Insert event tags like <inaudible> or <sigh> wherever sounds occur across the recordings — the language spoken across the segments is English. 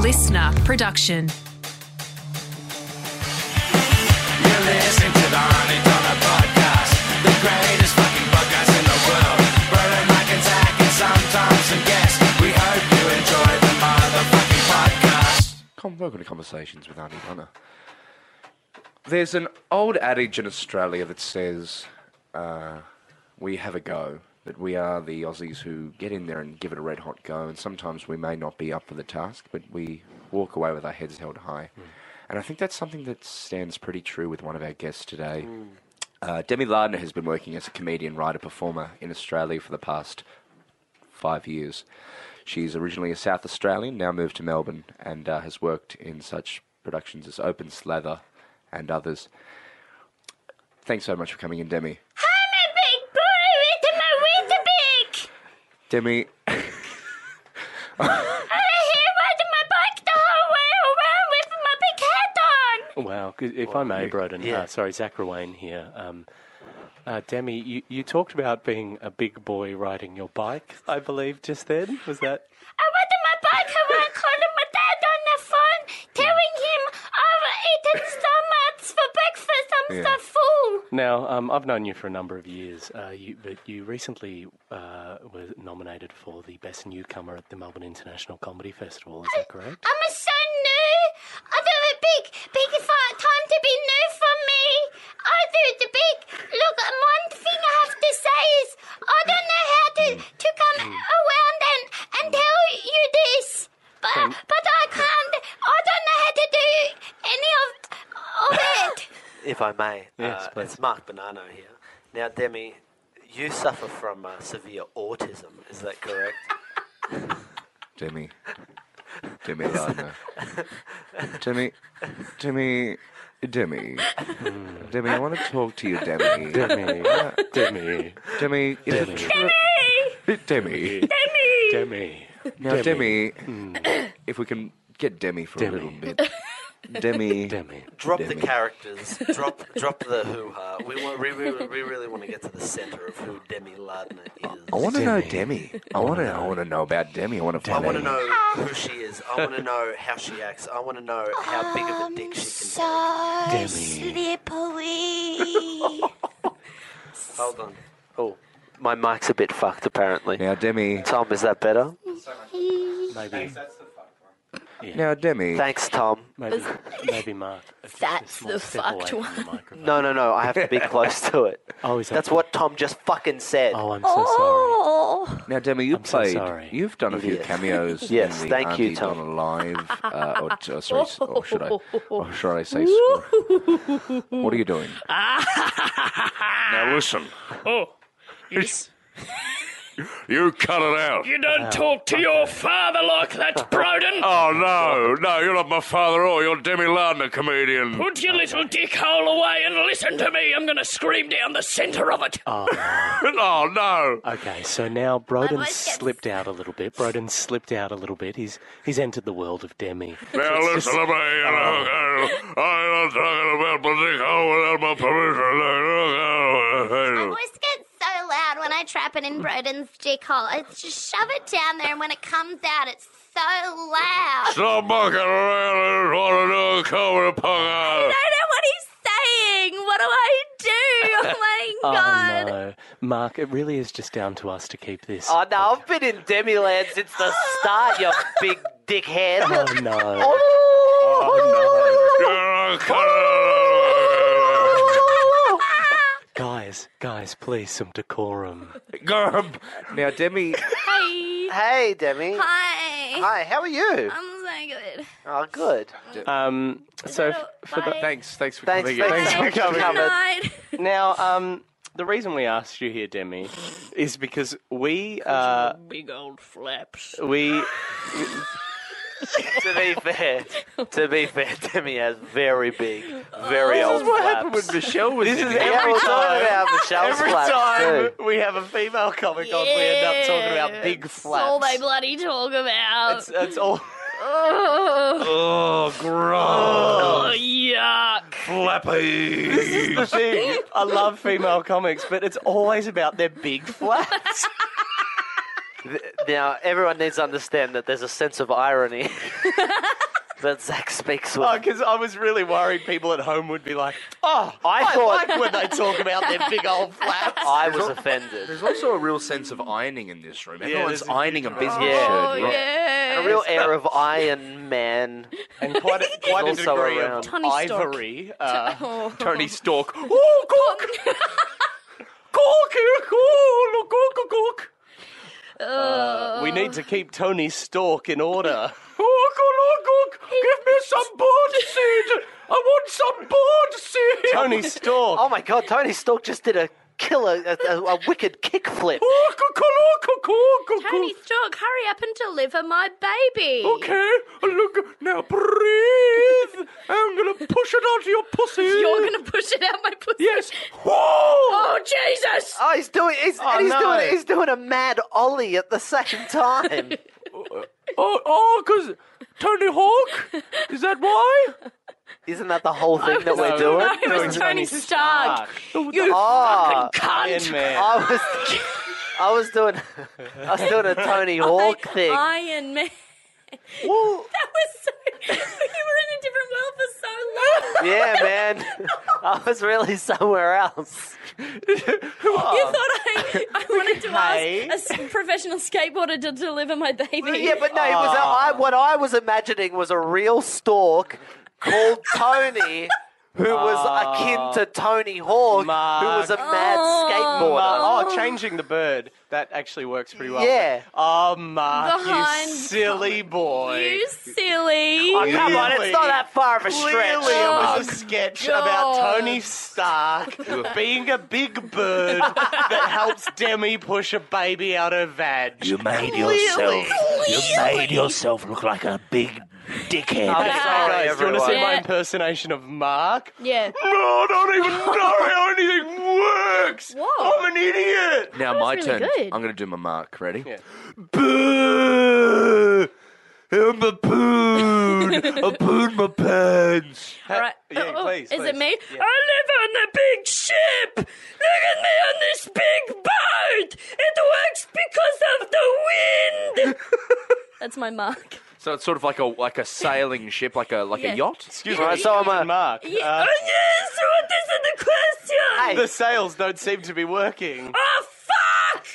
listener production. You listen to the Honey Dollar Podcast, the greatest fucking podcast in the world. Roland Mike and Zach and sometimes a guest. We hope you enjoy the motherfucking podcast. Convocative conversations with Andy Dunner. There's an old adage in Australia that says, uh, "We have a go." That we are the Aussies who get in there and give it a red hot go, and sometimes we may not be up for the task, but we walk away with our heads held high. And I think that's something that stands pretty true with one of our guests today. Uh, Demi Lardner has been working as a comedian, writer, performer in Australia for the past five years. She's originally a South Australian, now moved to Melbourne, and uh, has worked in such productions as Open Slather and others. Thanks so much for coming in, Demi. I'm a big boy with my wings big. Demi, I hear what my bike the whole way around with my big hat on. Wow. 'cause If I may, Broden, uh, sorry, Zach Rawain here. Um, uh, Demi, you, you talked about being a big boy riding your bike, I believe, just then. Was that? I went to my bike around calling my dad on the phone, telling him I've eaten so much for breakfast. I'm so Yeah. full. Now, um, I've known you for a number of years, uh, you, but you recently uh, were nominated for the Best Newcomer at the Melbourne International Comedy Festival. Is that correct? I'm so new. I do a big, big fat time to be new for me. I do the big. Look, and one thing I have to say is I don't know how to, to come around and, and tell you this. But, but I can't. I don't know how to do any of, of it. if I may. Yes, uh, please. It's Mark Bonanno here. Now, Demi, you suffer from uh, severe autism, is that <laughs> correct? Demi, Demi Lardner, Demi, Demi, Demi, Demi. I want to talk to you, Demi. Demi, <laughs> Demi, Demi, is it true- Demi. Demi. Now, Demi, if we can get Demi for Demi. a little bit, Demi. Demi. drop Demi. the <laughs> characters, drop drop the hoo ha. We, want, we, we, we really want to get to the center of who Demi Lardner is. I want to know Demi. I want to. I want to know about Demi. I want to. I want to know who she is. I want to know how she acts. I want to know how big of a dick she So can slippery. be. Hold on. Oh, my mic's a bit fucked, apparently. Now, Demi. Tom, is that better? Maybe, Now, Demi. Thanks, Tom. maybe, maybe Mark. just a That's small the step away fucked from one. the microphone. No, no, no. I have to <laughs> be close to it. Oh, is that That's what Tom just fucking said. Oh, I'm so sorry. Now, Demi, you I'm so played. sorry. You've done a few Idiot. cameos. Yes, in the thank you, Auntie Tom. Donna Live, uh, <laughs> or, t- uh, sorry, s- or should I? Or should I say? score? what are you doing? <laughs> now listen. Yes. <laughs> You cut it out. You don't talk to your father like that, Broden. Oh no, no, you're not my father or you're Demi Lardner comedian. Put your little dick hole away and listen to me. I'm going to scream down the centre of it. <laughs> Oh no. Okay, so now Broden voice gets- slipped out a little bit. Broden slipped out a little bit. He's he's entered the world of Demi. Now listen to me. You know, I'm not talking about my dick hole without my My permission. voice gets so loud when I trap it in Broden's dick hole. I just shove it down there, and when it comes out, it's so loud. Stop mucking around. I just want to do a comedy podcast. I don't know what he's saying. What do I do? Oh my Oh god. no, Mark! It really is just down to us to keep this. Oh no, I've been in Demiland since the start, you big dickhead. Oh <laughs> no! You're a cunt. guys, guys, please some decorum. Gump. Now, Demi, Hey. Hey Demi. Hi. Hi, how are you? I'm so good. Oh good. Um, so f- for the, Bye. thanks, thanks for Thanks, coming in. thanks for coming. Good night. now, um, the reason we asked you here, Demi, is because we uh, Big old flaps. we to be fair, to be fair, Demi has very big, very old flaps. Michelle was This is every time about Michelle's Every flaps time too. we have a female comic on, we end up talking about big It's flaps. All they bloody talk about. It's, it's all <laughs> oh. Oh, yuck. the thing. <laughs> I love female comics, but it's always about their big flaps. Now, everyone needs to understand that there's a sense of irony <laughs> that Zach speaks with. Because Oh, I was really worried people at home would be like, oh, I, I thought- like when they talk about their big old flaps. I was offended. There's also a real sense of ironing in this room. Yeah, Everyone's there's a ironing a business Yeah. Oh, shirt. yeah. right? A real air of Iron <laughs> Man. and quite a, quite a Also degree around. of Tony Stark. ivory. Uh, <laughs> Oh. Tony Stork. Oh, <laughs> cork! cork here, cork, cork, cork. Uh, we need to keep Tony Stork in <laughs> order. Cork, cork, cork. Give me some board seed. I want some board seed. Tony <laughs> Stork. Oh my god, Tony Stork just did a killer, a, a, a wicked kickflip. Cork, cork, cork, cork. Tony Stork, hurry up and deliver my baby. Okay, look now. Breathe. I'm gonna push it onto your pussy. You're going to push it out my pussy. Yes. Whoa! Oh, Jesus. Oh, he's doing, he's, Oh, and he's no. doing, he's doing a mad ollie at the same time. Oh, oh, because Tony Hawk? Is that <laughs> why? <laughs> Isn't that the <laughs> whole thing that we're No, doing? no. it was Tony Stark. Oh, Iron Man. I was, I was doing, <laughs> I was doing a Tony Hawk Like thing. Iron Man. Oh, Woo. <laughs> That was so. you were in a different world for so Yeah, long. man, <laughs> I was really somewhere else. You thought I, I wanted to Okay. ask a s- professional skateboarder to deliver my baby. Yeah, but no, it was a, I, what I was imagining was a real stork <laughs> called Tony, who was akin to Tony Hawk, who was a mad skateboarder. Oh, changing the bird. That actually works pretty well. Yeah. Oh, Mark, Behind- you silly boy. You silly. Oh, come on, it's not that far of a Clearly, stretch. it was a sketch about Tony Stark <laughs> being a big bird that helps Demi push a baby out of vag. You made Clearly. yourself. You made yourself look like a big dickhead. I'm Hey, sorry, guys, do you want to see everyone. my Yeah. impersonation of Mark? Yeah. No, I don't <laughs> even know how anything works. Whoa. I'm an idiot. Now my really turn. good. I'm going to do my mark. Ready? Boo! I'm a poon. I poon my pants. All right. yeah, Oh, please, Is it please. me? Yeah. I live on the big ship. Look at me on this big boat. It works because of <laughs> the wind. That's my mark. So it's sort of like a like a sailing ship, like a like Yeah. a yacht. Excuse Right, so I'm a- Mark. Uh, oh yes. What is the question? Hey, the sails don't seem to be working. Oh fuck!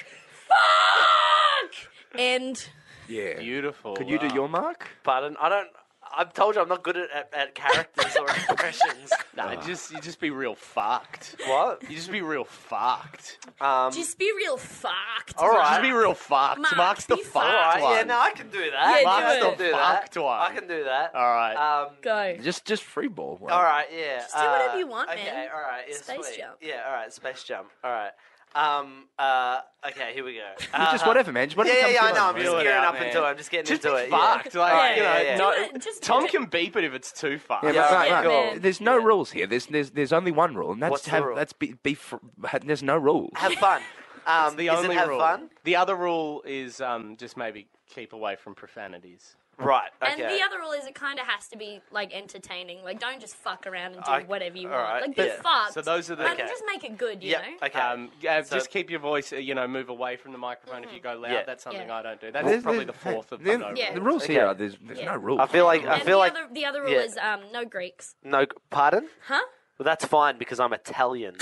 Fuck! And Yeah. Beautiful. Can you do Wow. your mark? pardon, I don't. I've told you I'm not good at, at, at characters or <laughs> expressions. Nah, just you just be real fucked. What? You just be real fucked. Um, just be real fucked. all right. Just be real fucked. Mark, Mark's the be fucked All right, one. yeah, no, I can do that. Yeah, I do can it. do that. Fucked one. I can do that. All right. Um, Go. Just just free ball. One. all right, yeah. Just do whatever uh, you want, okay, man. all right. Yeah, Space sweet. jump. Yeah, all right, space jump. All right. Um, uh, okay, here we go. <laughs> Uh, Just whatever, man. Just whatever Yeah, yeah, comes yeah, to I know. I'm mind. just Reel it gearing out, up man. into it. I'm just getting Just into be it. fucked. Yeah. Like, All right, you know, yeah, yeah. no- Do it, just Tom do it. can beep it if it's too far. Yeah, Yeah, but right, yeah, right. man. There's no rules here. There's there's there's only one rule, and that's What's to the have rule? that's be, be fr- ha- there's no rules. Have <laughs> fun. Um, It's the is only it have rule. fun? The other rule is um, just maybe keep away from profanities. Right. Okay. And the other rule is it kind of has to be like entertaining. Like don't just fuck around and do I- whatever you all want. right, like be yeah. fucked. So those are the- Like, Okay. Just make it good, you Yeah. know. Okay. Um, yeah, So- just keep your voice, uh, you know, move away from the microphone if you go loud. Yeah. That's something Mm-hmm. Yeah. I don't do. That's There's- probably the there's- fourth of the there's- no Yeah. The rules. rules Okay. here are there's there's Yeah. no rules. I feel like I And feel the like other the other rule yeah. is um, no Greeks, no. Pardon? huh? Well, that's fine because I'm <laughs> Italian.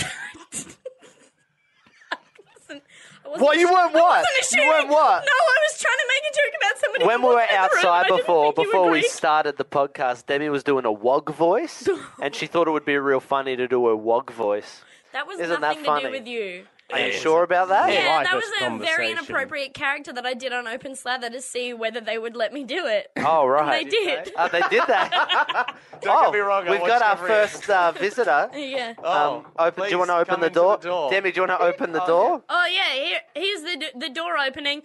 I wasn't Well, you <laughs> assu- weren't I what? wasn't You assuming- weren't what? No, I was trying to make a joke about somebody. when who we were walked in the room, I outside didn't before think you were before we Greek. started the podcast, Demi was doing a wog <laughs> voice, and she thought it would be real funny to do a wog voice. that was Isn't that nothing to funny? do with you. Are you sure about that? Yeah, like that this was a very conversation. inappropriate character that I did on Open Slather to see whether they would let me do it. Oh And right, they did. <laughs> Oh, they did <laughs> that. Don't oh, get me wrong. I we've got watched our every- first uh, <laughs> visitor. yeah. Oh, um, open, do please you want to come open the into door? Demi, do you <laughs> want to open the door? Oh yeah, here, here's the d- the door opening.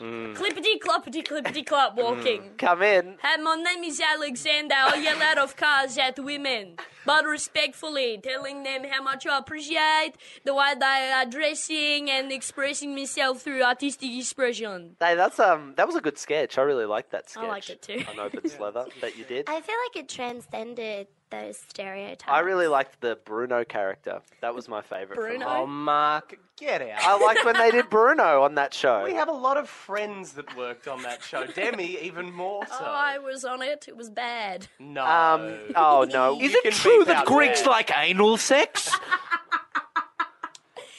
Clippity cloppity clippity clop walking. Come in. Hi, my name is Alexander. I yell out of cars at women. but respectfully, telling them how much I appreciate the way they are dressing and expressing myself through artistic expression. Hey, that's um, that was a good sketch. I really liked that sketch. I liked it too. I know <laughs> it's leather that you did. I feel like it transcended those stereotypes. I really liked the Bruno character. That was my favorite. from Bruno? that. Oh, Mark, get out. I liked when they did Bruno on that show. We have a lot of friends that worked on that show. Demi, even <laughs> more so. Oh, I was on it. It was bad. no. um, oh no! You can beep out that. like anal sex?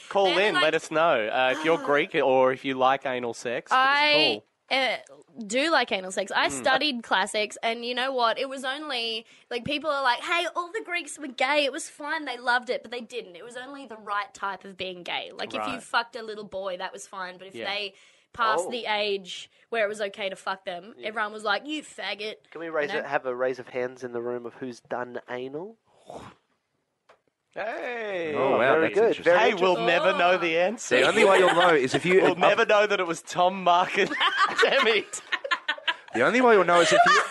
Call Then in, I- let us know uh, if you're Greek or if you like anal sex. give us a Ah. I call. uh, do like anal sex. I studied classics, and you know what? It was only like people are like, "Hey, all the Greeks were gay. It was fine. They loved it, but they didn't. It was only the right type of being gay. Like if you Right. fucked a little boy, that was fine. But if Yeah. they passed Oh. the age where it was okay to fuck them, everyone was like, "You faggot." Can we raise No. a, have a raise of hands in the room of who's done anal? Hey. Oh, wow, very that's good. interesting. Very Hey, we'll interesting. never know the The answer. only way you'll know is if you. We'll never know that it was Tom, Mark, <laughs> and Demi. <laughs> The only way you'll know is if you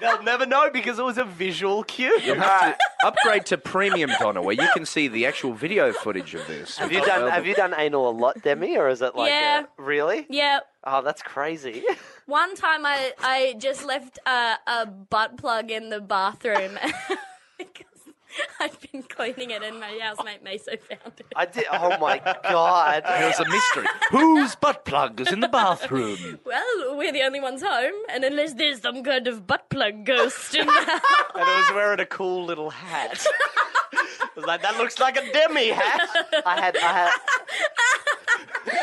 They'll never know because it was a visual cue. you'll <laughs> <laughs> have to upgrade to premium Donna, where you can see the actual video footage of this. Have you done Have you done anal a lot, Demi, or is it like Yeah. a, really? Yeah. Oh, that's crazy. <laughs> One time, I I just left a, a butt plug in the bathroom. <laughs> because I'd been cleaning it, and my housemate Meso found it. I did. Oh my god! There's a mystery. Whose butt plug is in the bathroom? Well, we're the only ones home, and unless there's some kind of butt plug ghost in the house. And it was wearing a cool little hat. I was like, that looks like a Demi hat. I had. I had.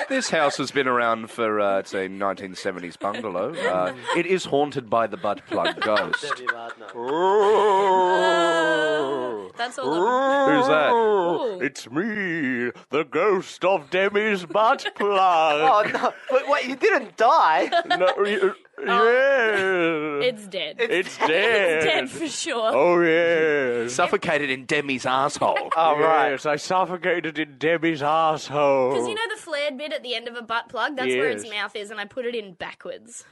This house has been around for, uh, it's a 1970s bungalow. Uh, it is haunted by the butt plug ghost. Demi Lardner. That's all. Who's that? I'm... Ooh. It's me, the ghost of Demi's butt Oh <laughs> plug. no! But wait, you didn't die. No, y- yeah. It's dead. It's dead. It's dead for sure. Oh, yes. Suffocated in Demi's asshole. Oh <laughs> right. Yes, I suffocated in Demi's asshole. Because you know the flared bit at the end of a butt plug? That's where its Yes. mouth is, and I put it in backwards.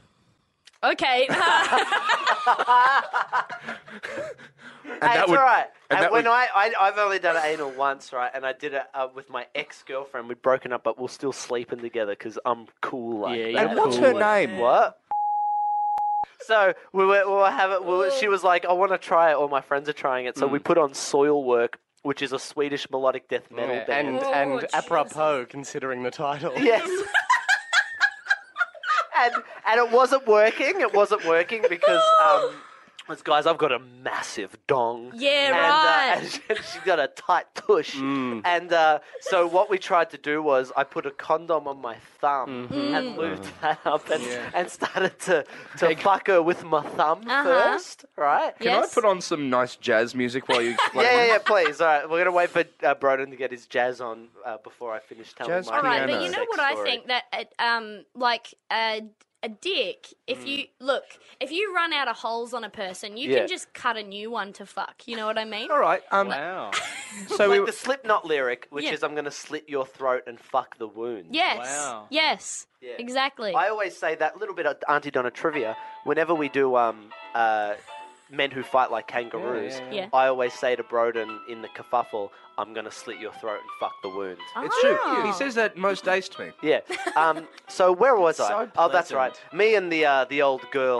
Okay. And Hey, that it's would- all right. and And, that when would- I, I I've only done anal once, right? And I did it uh, with my ex girlfriend. We'd broken up, but we're still sleeping together because I'm cool like Yeah, that. you're And what's her cool. name? What? So we were, we were having. We were, she was like, "I want to try it." All my friends are trying it, so Mm. we put on Soil Work, which is a Swedish melodic death metal Yeah, band. And, Oh, and Jesus. apropos, considering the title. Yes. and and it wasn't working. It wasn't working because um, it's, guys, I've got a massive dong. Yeah, and, right. Uh, <laughs> and she, has got a tight tush. Mm. And uh, so what we tried to do was I put a condom on my thumb Mm-hmm. Mm. and lubed that up and, and started to to fuck her with my thumb Uh-huh. first, right? Yeah. Can I <laughs> Yes. put on some nice jazz music while you Yeah, explain? yeah, yeah, please. All right, we're gonna wait for uh, Broden to get his jazz on uh, before I finish telling Jazz my All right, but piano. you know sex what I story. think that it, um like a a dick. If you look, if you run out of holes on a person, you Yeah. can just cut a new one to fuck. You know what I mean? All right. Um, Wow. So we like the Slipknot lyric, which Yeah. is "I'm gonna slit your throat and fuck the wound." Yes. Wow. Yes. Yeah. Exactly. I always say that little bit of Auntie Donna trivia whenever we do um, uh, men who fight like kangaroos. Yeah, yeah, yeah. I always say to Broden in the kerfuffle, "I'm gonna slit your throat and fuck the wound." It's true. Oh. He says that most days to me. Yeah. Um, so where was I? <laughs> So oh, that's right. pleasant. Me and the uh, the old girl.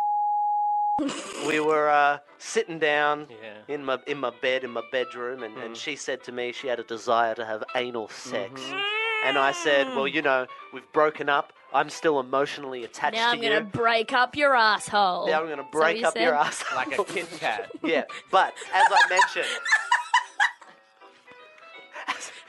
we were uh, sitting down Yeah. in my in my bed in my bedroom, and, Mm. and she said to me she had a desire to have anal sex, Mm-hmm. and I said, Mm. well, you know, we've broken up. I'm still emotionally attached Now to I'm gonna you. break up your asshole. now I'm gonna Is that what break you up your said? ass. like a Kit <laughs> Kat. <laughs> yeah, but as I mentioned, <laughs>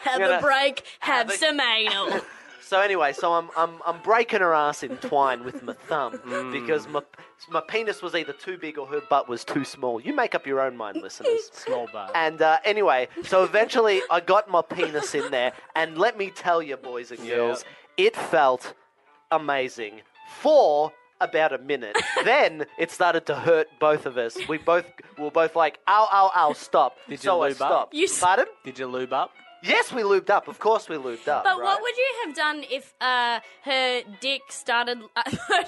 Have gonna- a break, have Have a- <laughs> some anal. so anyway, so I'm I'm I'm breaking her ass in twine with my <laughs> thumb Mm. because my my penis was either too big or her butt was too small. You make up your own mind, listeners. <laughs> Small bar. And uh, anyway, so eventually I got my penis in there, and let me tell you, boys and girls, it felt amazing for about <laughs> a minute. then it started to hurt both of us. We both we were both like, ow, ow, ow, stop. Did you so I lube up? stopped. You s- Pardon? Did you lube up? Yes, we lubed up. Of course, we lubed up. But right? what would you have done if uh, her dick started? <laughs> Uh,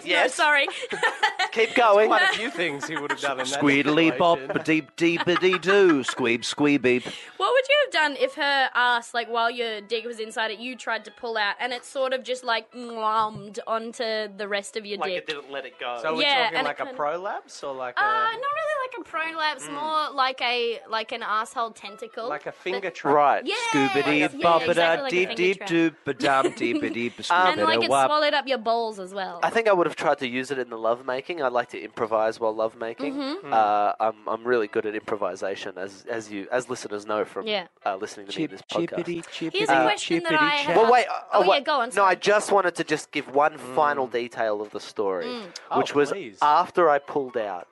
Yes. <laughs> No, sorry. <laughs> keep going? Quite a few things he would have done in that Squeedly bop, situation. deep deepity doo, squeeb squeeby. What would you have done if her ass, like while your dick was inside it, you tried to pull out and it sort of just like glommed onto the rest of your Like it dick? didn't let it go. So we're Yeah, talking and it like a kinda- prolapse or like Uh, a not really like a prolapse, Mm. more like a like an asshole tentacle. like a finger trap. right. yeah, Scoobity yeah, bop exactly like a deep finger deep trap. doo, ba dum deepity And like scoobity it wop. swallowed up your balls as well. I think I would have tried to use it in the lovemaking. I like to improvise while lovemaking. Hmm. Uh, I'm, I'm really good at improvisation, as as you as listeners know from Yeah. uh, listening to Chip me in this podcast. chippity chippity Here's a question that I chippity have. chap. Well, wait. uh, Oh, uh, yeah, wait. go on, No, I sorry. just wanted to just give one final detail of the story, Mm. which Oh, was please. after I pulled out,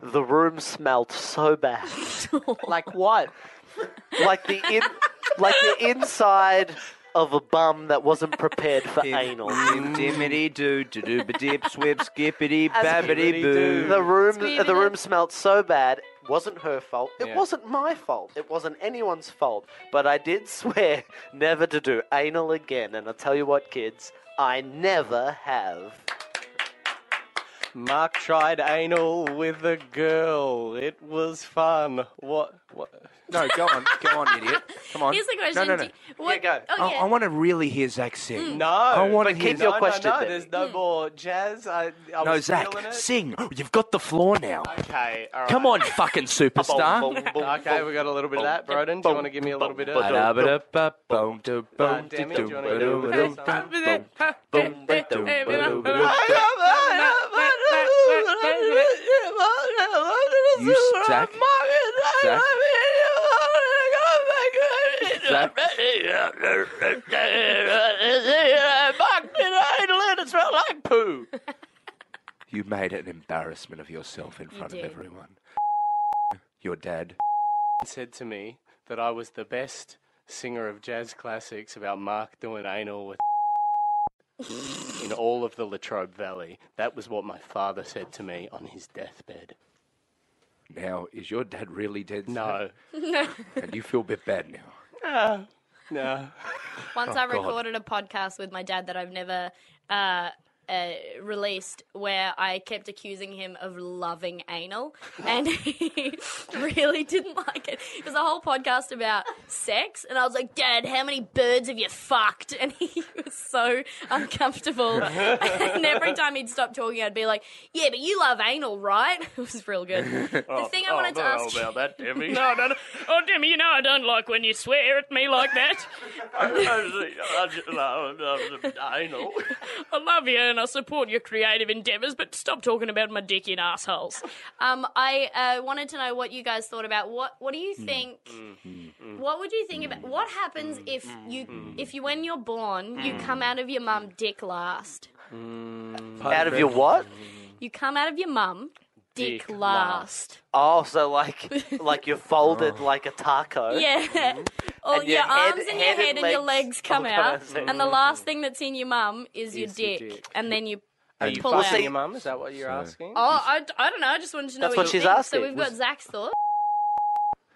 the room smelled so <laughs> bad. like what? like the in, like the inside of a bum that wasn't prepared for anal. Dim dimity doo, doo doo ba dip, swip skippity <laughs> babbity Skibbity-doo. boo. The room, Squealing the room it. smelled so bad. It wasn't her fault. It Yeah. wasn't my fault. It wasn't anyone's fault. But I did <laughs> swear never to do anal again. And I tell you what, kids, I never have. Mark tried anal with a girl. It was fun. What? What? No, go on, go on, idiot. Come on. Here's the question. No, no, no. Do you- what- go. Oh, I, yeah. Mm. I want to really hear Zach's sing. No. I wanna to But hear keep that. your question, No, no, Benny. there's no more jazz. I, I No, was Zach, feeling it. sing. You've got the floor now. Okay. All right. Come on, fucking superstar. <laughs> Okay, we got a little bit of that, Broden. Do you want to give me a little bit of that? Uh, Demi, do you wanna do it? You Zach. Zach. Zach. You made an embarrassment of yourself in front of did. everyone. Your dad. said to me that I was the best singer of jazz classics about Mark doing anal with <laughs> in all of the Latrobe Valley. That was what my father said to me on his deathbed. Now, is your dad really dead? No, Zach? And you feel a bit bad now. no. Once I recorded a podcast with my dad that I've never uh, uh, released, where I kept accusing him of loving <laughs> anal, and he <laughs> really didn't like it. It was a whole podcast about sex, and I was like, "Dad, how many birds have you fucked?" And he <laughs> was so <laughs> uncomfortable. and every time he'd stop talking, I'd be like, "Yeah, but you love anal, right?" <laughs> It was real good. The thing I wanted to ask you. that, <laughs> Demi. Oh, no, no, no. Oh, Demi, you know I don't like when you swear at me like that. I know. I love you and I support your creative endeavours, but stop talking about my dick in assholes. Um, I uh, wanted to know what you guys thought about what. What do you think? What would you think about what happens if you if you when you're born you come out of your mum dick last? Mm. Out of your what? You come out of your mum dick, Dick last. Oh, so <laughs> like, like you're folded like a taco. Oh. Yeah. Or And your, your head- arms and your head head and, and your legs legs come come out, out. and the last thing that's in your mum is your Is your dick, dick. and then you. Are you Pull out. fussing your mum? Is that what you're asking? Oh, I, I don't know. I just wanted to know That's what, what you she's think. asking. So we've got Zach's thoughts.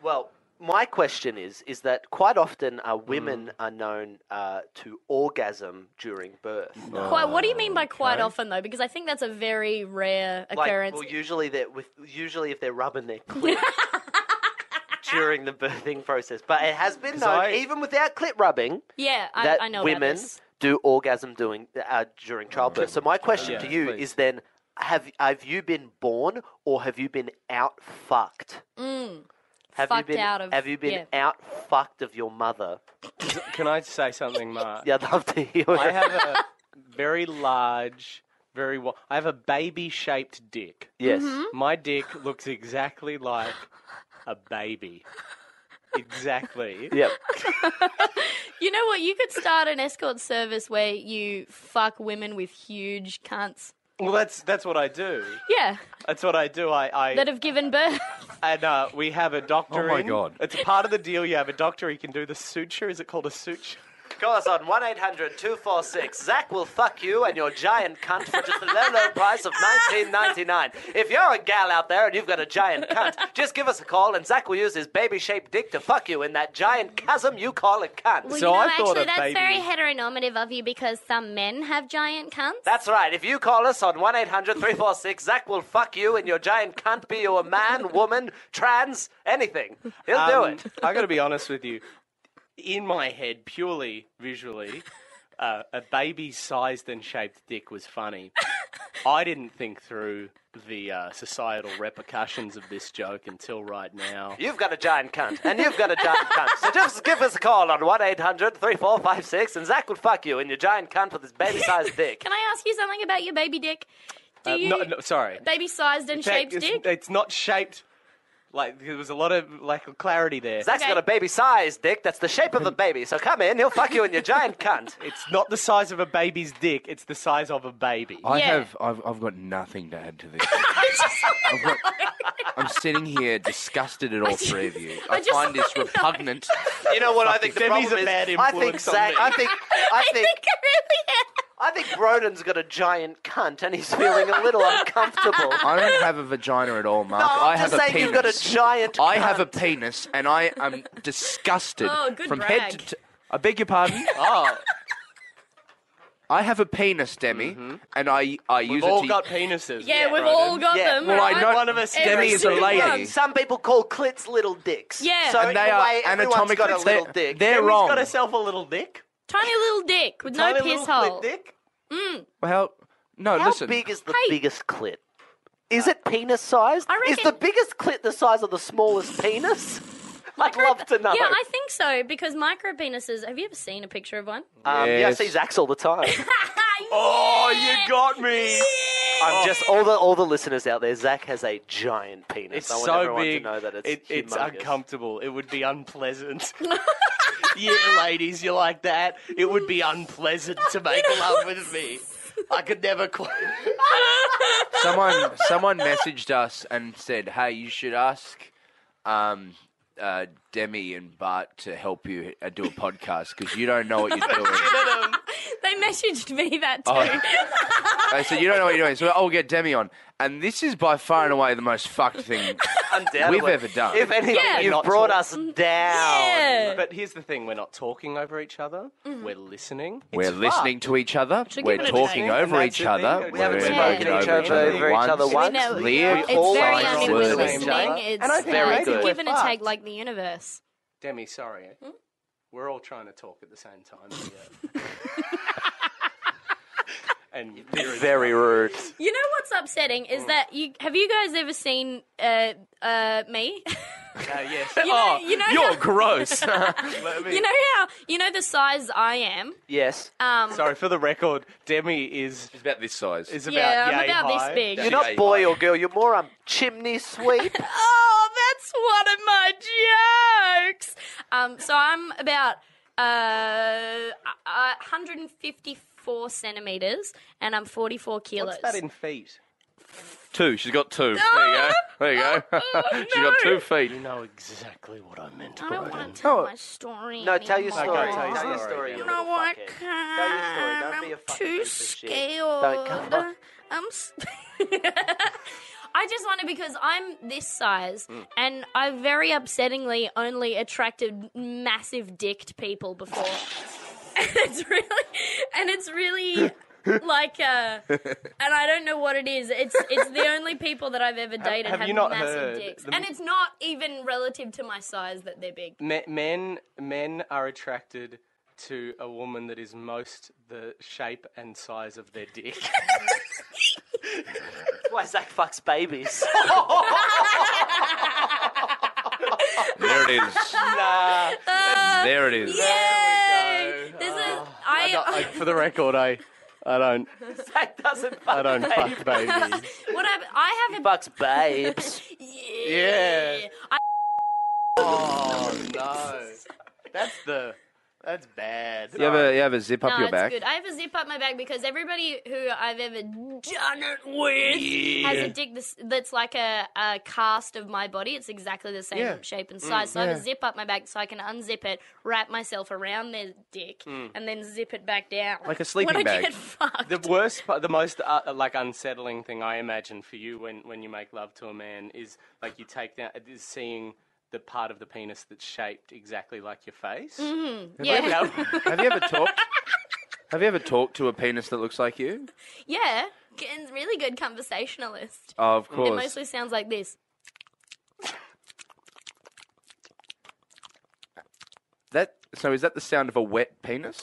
Well, my question is, is that quite often uh, Mm. women are known uh, to orgasm during birth. Quite. What do you mean by quite often though? Because I think that's a very rare Like, occurrence. well, usually they're with usually if they're rubbing <laughs> their clit during the birthing process. But it has been known, I- even without clit rubbing, yeah, I, that I know about women this. do orgasm doing uh, during childbirth. So my question Oh, Yeah, to you please. is then: Have have you been born or have you been out fucked? Have Mm. Fucked you been out of- have you been out fucked of your mother? Can I say something, Mark? Yeah, I'd love to hear. I have a very large, very. Wa- I have a baby-shaped dick. yes. Mm-hmm. My dick looks exactly like a baby. Exactly. Yep. You know what? You could start an escort service where you fuck women with huge cunts. Well, that's that's what I do. Yeah, That's what I do. I, I that have given birth. and uh, we have a doctor. Oh my in. God. It's part of the deal. You have a doctor. He can do the suture. Is it called a suture? course, on 1 800 246, Zach will fuck you and your giant cunt for just the low, low price of nineteen ninety nine. If you're a gal out there and you've got a giant cunt, just give us a call and Zach will use his baby shaped dick to fuck you in that giant chasm you call a cunt. So Well, <laughs> you know, I thought actually, a that's baby- very heteronormative of you because some men have giant cunts. That's right. If you call us on 1 800 346, Zach will fuck you and your giant cunt be you a man, woman, trans, anything. He'll do it. Um, <laughs> I got to be honest with you. In my head, purely visually, uh, a baby-sized and shaped dick was <laughs> funny. I didn't think through the uh, societal repercussions of this joke until right now. You've got a giant cunt, and you've got a giant cunt. So just give us a call on 1 800 3456, and Zach will fuck you and your giant cunt with his baby <laughs> sized dick. Can I ask you something about your baby dick? Do Uh, you no, no, sorry. baby sized and shaped it's, <laughs> dick? it's not shaped. Like there was a lot of lack of clarity there. Zach's Okay. got a baby sized dick that's the shape of a baby, so come in, he'll fuck you and your giant cunt. It's not the size of a baby's dick. It's the size of a baby. I Yeah. have. I've, I've got nothing to add to this. I've got, I'm sitting here disgusted at all three of you. I, I just find this wanna know. repugnant. <laughs> You know what I think the Demi's problem a is? bad I think influence on Zach, me. I think, I <laughs> I think, think I really am. I think Broden's got a giant cunt, and he's feeling a little <laughs> uncomfortable. I don't have a vagina at all, Mark. No, I'm I have just a saying penis. you've got a giant. I have a penis, and I am disgusted Oh, good from head to. brag. T- I beg your pardon. Oh, I have a penis, Demi, and I I we've use it all to. got penises. Yeah, we've Broden. all got Yeah. them. well, I right? know One of us Demi Every is a single lady. one. Some people call clits little dicks. Yeah. so And in they a are way, everyone's got a anatomically- little they're- dick. they're Demi's wrong. got herself a little dick. Tiny little dick with no Tiny piss little clit hole. dick. Well, no, How listen. big is the Hey. biggest clit? Is it penis sized? I Is the reckon- biggest clit the size of the smallest penis? I'd Micro- love to know. Yeah, <laughs> I think so because micro penises. Have you ever seen a picture of one? Ah, um, yeah, I see Zach's all the <laughs> time. Uh, Oh, you got me. I'm just all the all the listeners out there. Zach has a giant penis. It's I want so everyone big. to know that it's it, it's humongous. uncomfortable. It would be <laughs> unpleasant. yeah, ladies, you like that? It would be unpleasant <laughs> to make love with me. I could never quite. someone someone messaged us and said, "Hey, you should ask um, uh, Demi and Bart to help you uh, do a podcast because you don't know what you're <laughs> doing." They messaged me that too. Oh. they said, "You don't know what you're doing," so I'll get Demi on. And this is by far and away the most fucked thing. <laughs> Undoubtedly. We've ever done. If anything, Yeah. Mm, you've Not brought tall. us down. <laughs> yeah. Mm-hmm. But here's the thing: we're not talking over each other. We're listening. We're listening to each other. We're give it a talking try. over That's each the other. thing. We We're haven't spoken over each other- over each other We once. know, Live yeah, it's very all uneven words. listening. It's And I think uh, maybe it's a we're give and a fucked. take like the universe. Demi, sorry, Hmm? we're all trying to talk at the same time. Here. <laughs> and there is- Very rude. You know what's upsetting is that you have you guys ever seen uh, uh, me? <laughs> uh, yes. you know, you know You're how, gross. Let me- you know how you know the size I am. Yes. Um, Sorry for the record. Demi is It's about this size. is about yeah, I'm yay about high. this big. You're not Yeah. boy or girl. You're more um chimney sweep. Oh, that's one of my jokes. Um, so I'm about uh, uh, 154 centimeters, and I'm 44 kilos. What's that in feet? two. She's got two. There you go. There you go. She's got two feet. You know exactly what I meant. I don't want to tell my story. no, tell your anymore. story. Okay, tell your story. story. you No, No, little I fuckhead. Tell your story. can't. Don't be a I'm fucking too piece of shit. scared. Don't come on. I'm. s <laughs> I just want to because I'm this size, Hmm. and I very upsettingly only attracted massive dicked people before. <laughs> and it's really, and it's really <laughs> like, uh, and I don't know what it is. It's it's the only people that I've ever dated have, have you not massive heard dicks, the- and it's not even relative to my size that they're big. Me- men men are attracted to a woman that is most the shape and size of their <laughs> dick. That's why Zach fucks babies. There it is. nah, There it is. Yay! This is I. for the record, I I don't Zach doesn't fuck I don't babies. fuck babies. <laughs> What I, I have a Fucks <laughs> babes. yeah. <laughs> Yeah. Oh no, that's the That's bad. You have a you have a zip up no, your it's back. good. <laughs> I have a zip up my back because everybody who I've ever done it with has a dick this, that's like a, a cast of my body. It's exactly the same Yeah. shape and size. so I have a zip up my back so I can unzip it, wrap myself around their dick, and then zip it back down. Like a sleeping when I bag. get fucked. The worst, part, the most uh, like unsettling thing I imagine for you when, when you make love to a man is like you take down uh, is seeing the part of the penis that's shaped exactly like your face. Mm-hmm. yeah, <laughs> That- have you ever talked? Have you ever talked to a penis that looks like you? yeah. Ken's really good conversationalist. Oh, of It course. mostly sounds like this. That so is that the sound of a wet penis?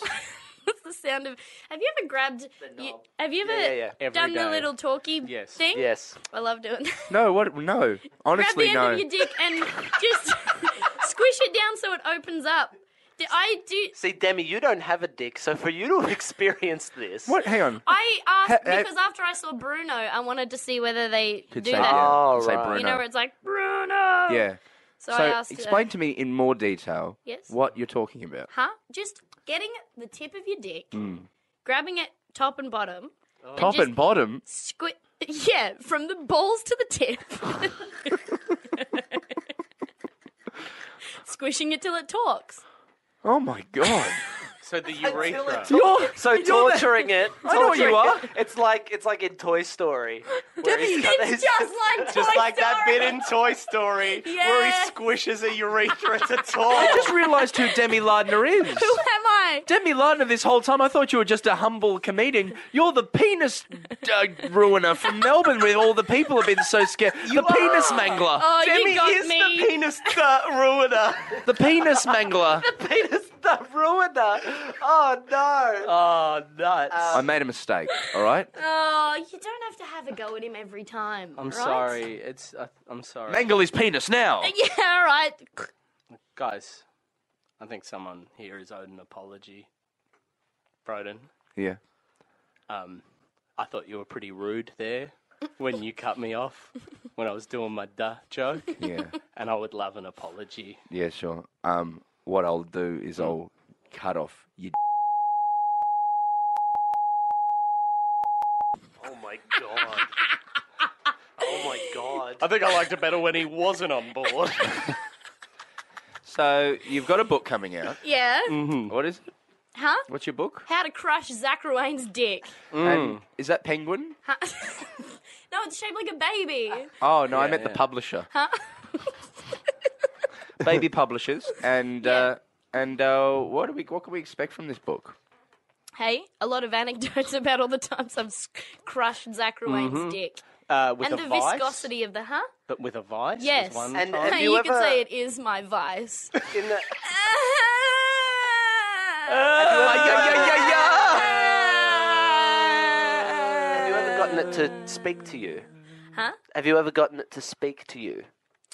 What's the sound of? Have you ever grabbed? You, knob. have you ever yeah, yeah. Every done the day. little talky Yes. thing? Yes. I love doing that. No, what? No, <laughs> grab the <laughs> honestly, end no. of your dick and just <laughs> squish it down so it opens up. D- I do. See, Demi, you don't have a dick, so for you to <laughs> experience this. What? Hang on. I asked Ha- ha- because after I saw Bruno, I wanted to see whether they Could do say, that. yeah. Oh, Could say right. Bruno. You know where it's like Bruno. yeah. So, I So asked. uh, explain to me in more detail Yes? what you're talking about. huh? Just getting the tip of your dick, Mm. grabbing it top and bottom, Top just- and <laughs> bottom. squid. Yeah, from the balls to the tip. <laughs> Squishing it till <laughs> it talks. Oh my god. so the urethra. Oh, So torturing it. I know what you are. It's like it's like in Toy Story. where he's got It's these- <laughs> just like Just Toy like that Story. bit in Toy Story where Yeah. he squishes a urethra to I talk. just realised who Demi Lardner <laughs> is. <laughs> Who am I? Demi Lardner, this whole time I thought you were just a humble comedian. You're the penis uh, ruiner from Melbourne, where all the people have been so scared. the penis mangler. Oh, Demi you got is me. the penis uh, the ruiner. The penis mangler. Penis the ruiner. Oh no. <laughs> Oh, nuts. Um, I made a mistake. All right. Oh, you don't have to have a go at him every time. I'm right? sorry. It's I, I'm sorry, Mangle his penis now. <laughs> Yeah, all right. guys. I think someone here is owed an apology. Broden. Yeah. Um, I thought you were pretty rude there when you cut me off when I was doing my duh <laughs> joke, Yeah. and I would love an apology. Yeah. Sure. Um. What I'll do is Mm. I'll cut off your. Oh my god. Oh my god. I think I liked it better when he wasn't on board. So you've got a book coming out. Yeah. Mm-hmm. Mm. What is it? Huh? What's your book? How to crush Zach Ruane's dick. Mm. And is that Penguin? Huh? <laughs> no, it's shaped like a Uh, baby. Oh no, I meant the publisher. Huh? <laughs> Baby publishers. And uh, and uh, what do we what can we expect from this book? Hey, a lot of anecdotes <laughs> about all the times I've s- crushed Zach Ruane's dick. <laughs> Uh, with And a the vice, viscosity of the, huh? but with a vice. was Yes. one And- time. Have Hey, you you, could ever- say it is my vice. <laughs> In the- Uh, <laughs> Have you ever gotten it to speak to you? Huh? Have you ever gotten it to speak to you?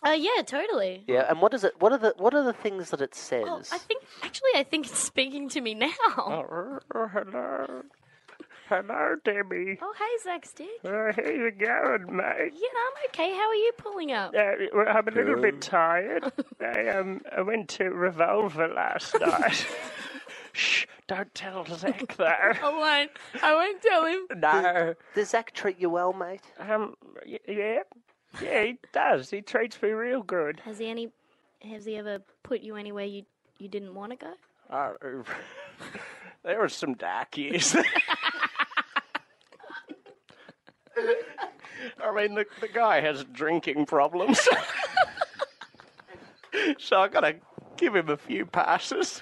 Oh, yeah, totally. Yeah, and what is it? What are the what are the things that it says? Oh, I think actually, I think it's speaking to me now. Oh, Hello. Hello, Demi. Oh, hey, Zach Stick. Yeah, How you going, mate? I'm okay. How are you pulling up? Uh, well, I'm a little bit <laughs> tired. I um, I went to Revolver Oh. last night. <laughs> Shh! Don't tell Zach <laughs> that. Oh, I won't. I won't tell him. No. Does Zach treat you well, mate? Um. y- Yeah. Yeah, he does. He treats me real good. Has he any? Has he ever put you anywhere you you didn't want to go? Uh, there were some dark years. I mean, the, the guy has drinking problems, so I gotta give him a few passes.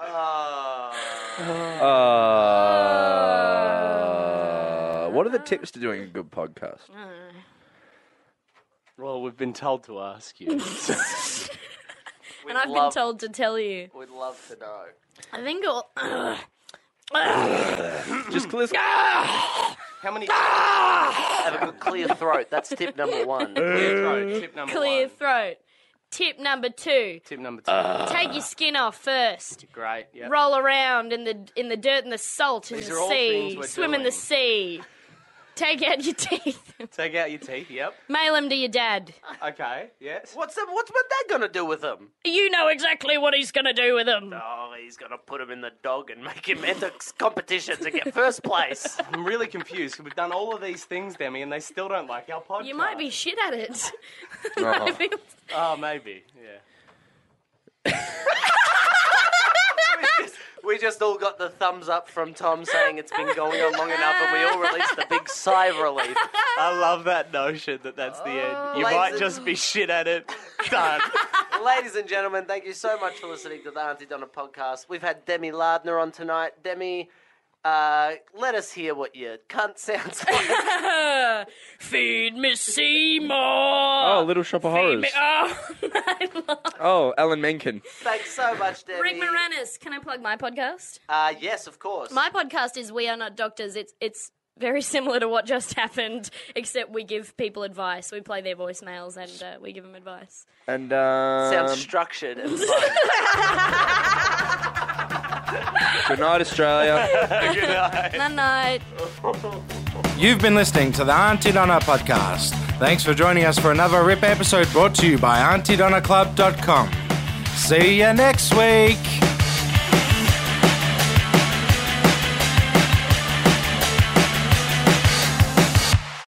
Ah, Uh, what are the tips to doing a good podcast? Well, we've been told to ask you. and I've love- been told to tell you. We'd love to know. I think all. Just let's, <laughs> How many? Have a good clear throat. That's tip number one. Ah! Tip number clear one. throat. Tip number two: Tip number two. Ah! take your skin off first. Great. Yep. Roll around in the in the dirt and the salt in These the are all things sea. we're Swim in the doing. sea. Take out your teeth. <laughs> Take out your teeth. Yep. Mail them to your dad. Okay. Yes. What's that, what's my dad gonna do with him? You know exactly what he's going to do with them. Oh, he's gonna put him in the dog and make him enter competitions and get first place. I'm really confused. 'cause We've done all of these things, Demi, and they still don't like our podcast. You might be shit at <laughs> it. <laughs> I <laughs> Oh, feel- Oh, maybe. Yeah. we just all got the thumbs up from Tom saying it's been going on long enough, and we all released a big sigh of relief. I love that notion that that's the end. You Oh. Laser- might just be shit at it. Done. <laughs> Ladies and gentlemen, thank you so much for listening to the Auntie Donna podcast. We've had Demi Lardner on tonight. Demi, uh, let us hear what your cunt sounds like. <laughs> Feed me Seymour. Oh, Little Shop of Feed Horrors. me. Oh. <laughs> I love- Oh, Alan Menken. Thanks so much, Demi. Rick Moranis, can I plug my podcast? Uh, yes, of course. My podcast is We Are Not Doctors. It's it's very similar to what just happened, except we give people advice. We play their voicemails and uh, we give them advice. And um, Sounds structured and fun. good night, Australia. Night night. You've been listening to the Auntie Donna podcast. Thanks for joining us for another RIP episode brought to you by AuntieDonnaClub.com. See you next week.